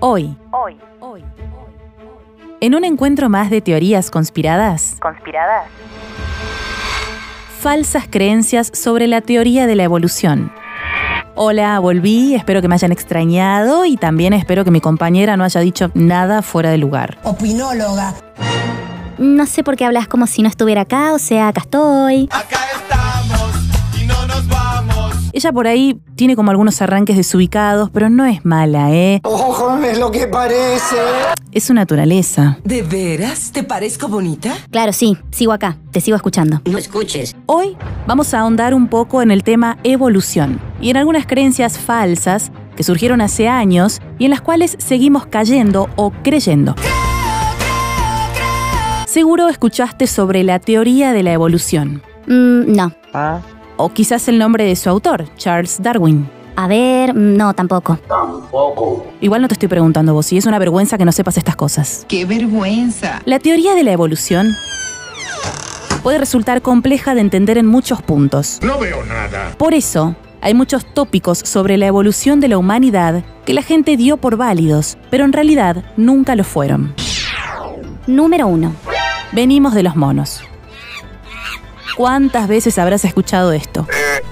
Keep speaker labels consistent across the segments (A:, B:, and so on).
A: Hoy,
B: Hoy,
A: en un encuentro más de teorías conspiradas,
B: conspiradas,
A: falsas creencias sobre la teoría de la evolución. Hola, volví, espero que me hayan extrañado y también espero que mi compañera no haya dicho nada fuera de lugar.
C: opinóloga,
D: No sé por qué hablas como si no estuviera acá, o sea, acá estoy.
E: Acá estamos y no nos vamos.
A: Ella por ahí tiene como algunos arranques desubicados, pero no es mala, ¿eh?
F: Ojo, es lo que parece.
A: Es su naturaleza.
G: ¿De veras? ¿Te parezco bonita?
D: Claro, sí, sigo acá, te sigo escuchando.
A: Hoy vamos a ahondar un poco en el tema evolución y en algunas creencias falsas que surgieron hace años y en las cuales seguimos cayendo o creyendo. Seguro escuchaste sobre la teoría de la evolución,
D: Mm, no,
A: o quizás el nombre de su autor, Charles Darwin.
D: a ver, mm, no, tampoco.
A: Igual no te estoy preguntando vos, si es una vergüenza que no sepas estas cosas.
H: ¡Qué vergüenza!
A: La teoría de la evolución puede resultar compleja de entender en muchos puntos.
E: No veo nada.
A: Por eso, hay muchos tópicos sobre la evolución de la humanidad que la gente dio por válidos, pero en realidad nunca lo fueron.
D: Número uno.
A: Venimos de los monos. ¿Cuántas veces habrás escuchado esto?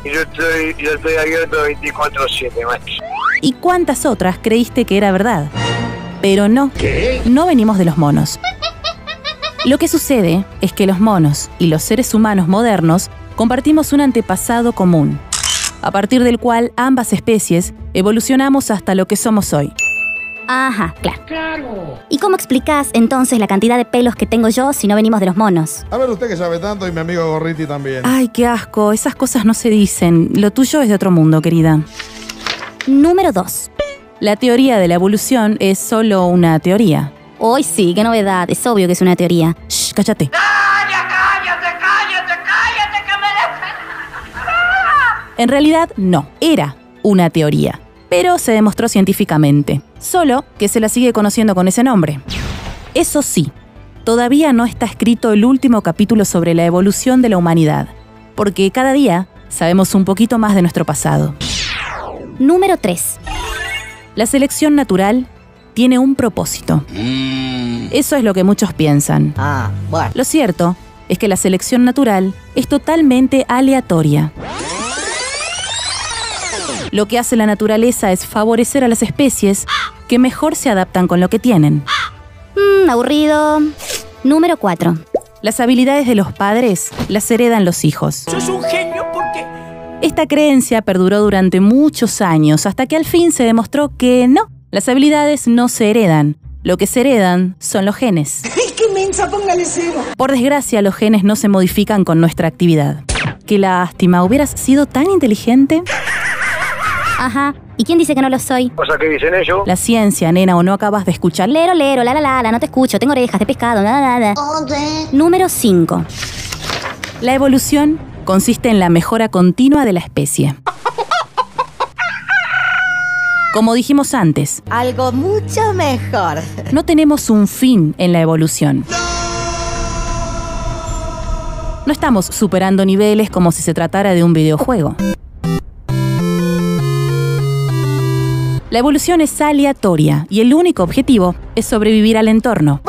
I: Yo estoy, yo estoy abierto 24-7, macho.
A: ¿Y cuántas otras creíste que era verdad? Pero no,
E: ¿Qué?
A: no venimos de los monos. Lo que sucede es que los monos y los seres humanos modernos compartimos un antepasado común, a partir del cual ambas especies evolucionamos hasta lo que somos hoy.
D: Ajá, claro. ¿Y cómo explicás entonces la cantidad de pelos que tengo yo si no venimos de los monos?
J: A ver, usted que sabe tanto y mi amigo Gorriti también.
A: Ay, qué asco, esas cosas no se dicen. Lo tuyo es de otro mundo, querida.
D: Número dos.
A: La teoría de la evolución es solo una teoría.
D: Hoy sí, qué novedad, es obvio que es una teoría.
A: Shh, cállate. En realidad, no, era una teoría, pero se demostró científicamente, solo que se la sigue conociendo con ese nombre. Eso sí, todavía no está escrito el último capítulo sobre la evolución de la humanidad, porque cada día sabemos un poquito más de nuestro pasado.
D: Número tres.
A: La selección natural tiene un propósito. Eso es lo que muchos piensan.
C: Ah, bueno.
A: Lo cierto es que la selección natural es totalmente aleatoria. Lo que hace la naturaleza es favorecer a las especies que mejor se adaptan con lo que tienen.
D: Mm, aburrido. Número cuatro.
A: Las habilidades de los padres las heredan los hijos.
E: Sos un genio porque
A: Esta creencia perduró durante muchos años hasta que al fin se demostró que no, las habilidades no se heredan. Lo que se heredan son los genes.
C: ¡Ay, qué mensa! Póngale cero.
A: Por desgracia, los genes no se modifican con nuestra actividad. Qué lástima, hubieras sido tan inteligente.
D: Ajá. ¿Y quién dice que no lo soy?
I: O sea, ¿qué dicen ellos?
A: La ciencia, nena, o no acabas de escuchar.
D: Lero, lero, la la la, la, no te escucho, tengo orejas de pescado, la la la. la. Número cinco.
A: La evolución consiste en la mejora continua de la especie. Como dijimos antes,
C: Algo mucho mejor.
A: no tenemos un fin en la evolución. No estamos superando niveles como si se tratara de un videojuego. La evolución es aleatoria y el único objetivo es sobrevivir al entorno.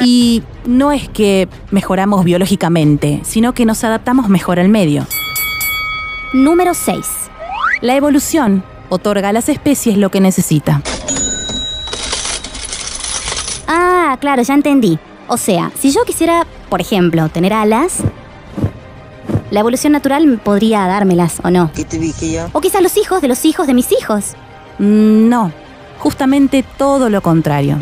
A: Y no es que mejoramos biológicamente, sino que nos adaptamos mejor al medio.
D: Número seis.
A: La evolución otorga a las especies lo que necesita.
D: Ah, claro, ya entendí. O sea, si yo quisiera, por ejemplo, tener alas, la evolución natural podría dármelas, ¿o no?
C: ¿Qué te dije yo?
D: O quizás los hijos de los hijos de mis hijos.
A: Mm, No, justamente todo lo contrario.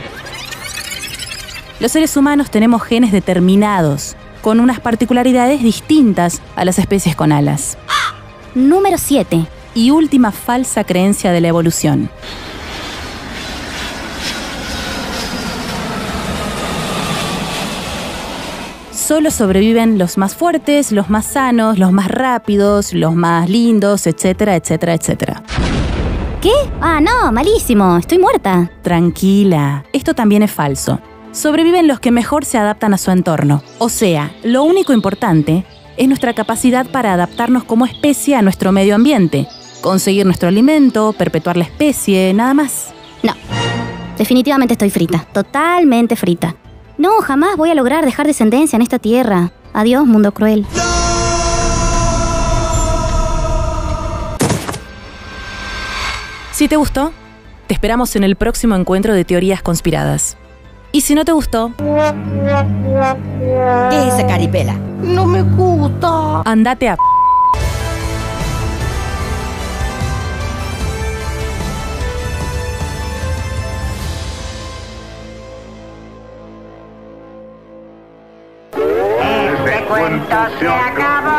A: Los seres humanos tenemos genes determinados, con unas particularidades distintas a las especies con alas.
D: Número siete.
A: Y última falsa creencia de la evolución. Solo sobreviven los más fuertes, los más sanos, los más rápidos, los más lindos, etcétera, etcétera, etcétera.
D: ¿Qué? Ah, no, malísimo, estoy muerta.
A: Tranquila, esto también es falso. Sobreviven los que mejor se adaptan a su entorno. O sea, lo único importante es nuestra capacidad para adaptarnos como especie a nuestro medio ambiente, conseguir nuestro alimento, perpetuar la especie, nada más.
D: No. Definitivamente estoy frita. Totalmente frita. No, jamás voy a lograr dejar descendencia en esta tierra. Adiós, mundo cruel.
A: Si te gustó, te esperamos en el próximo encuentro de teorías conspiradas. Y si no te gustó,
C: ¿Qué es esa caripela? No me gusta.
A: andate a...
I: El cuento se acabó.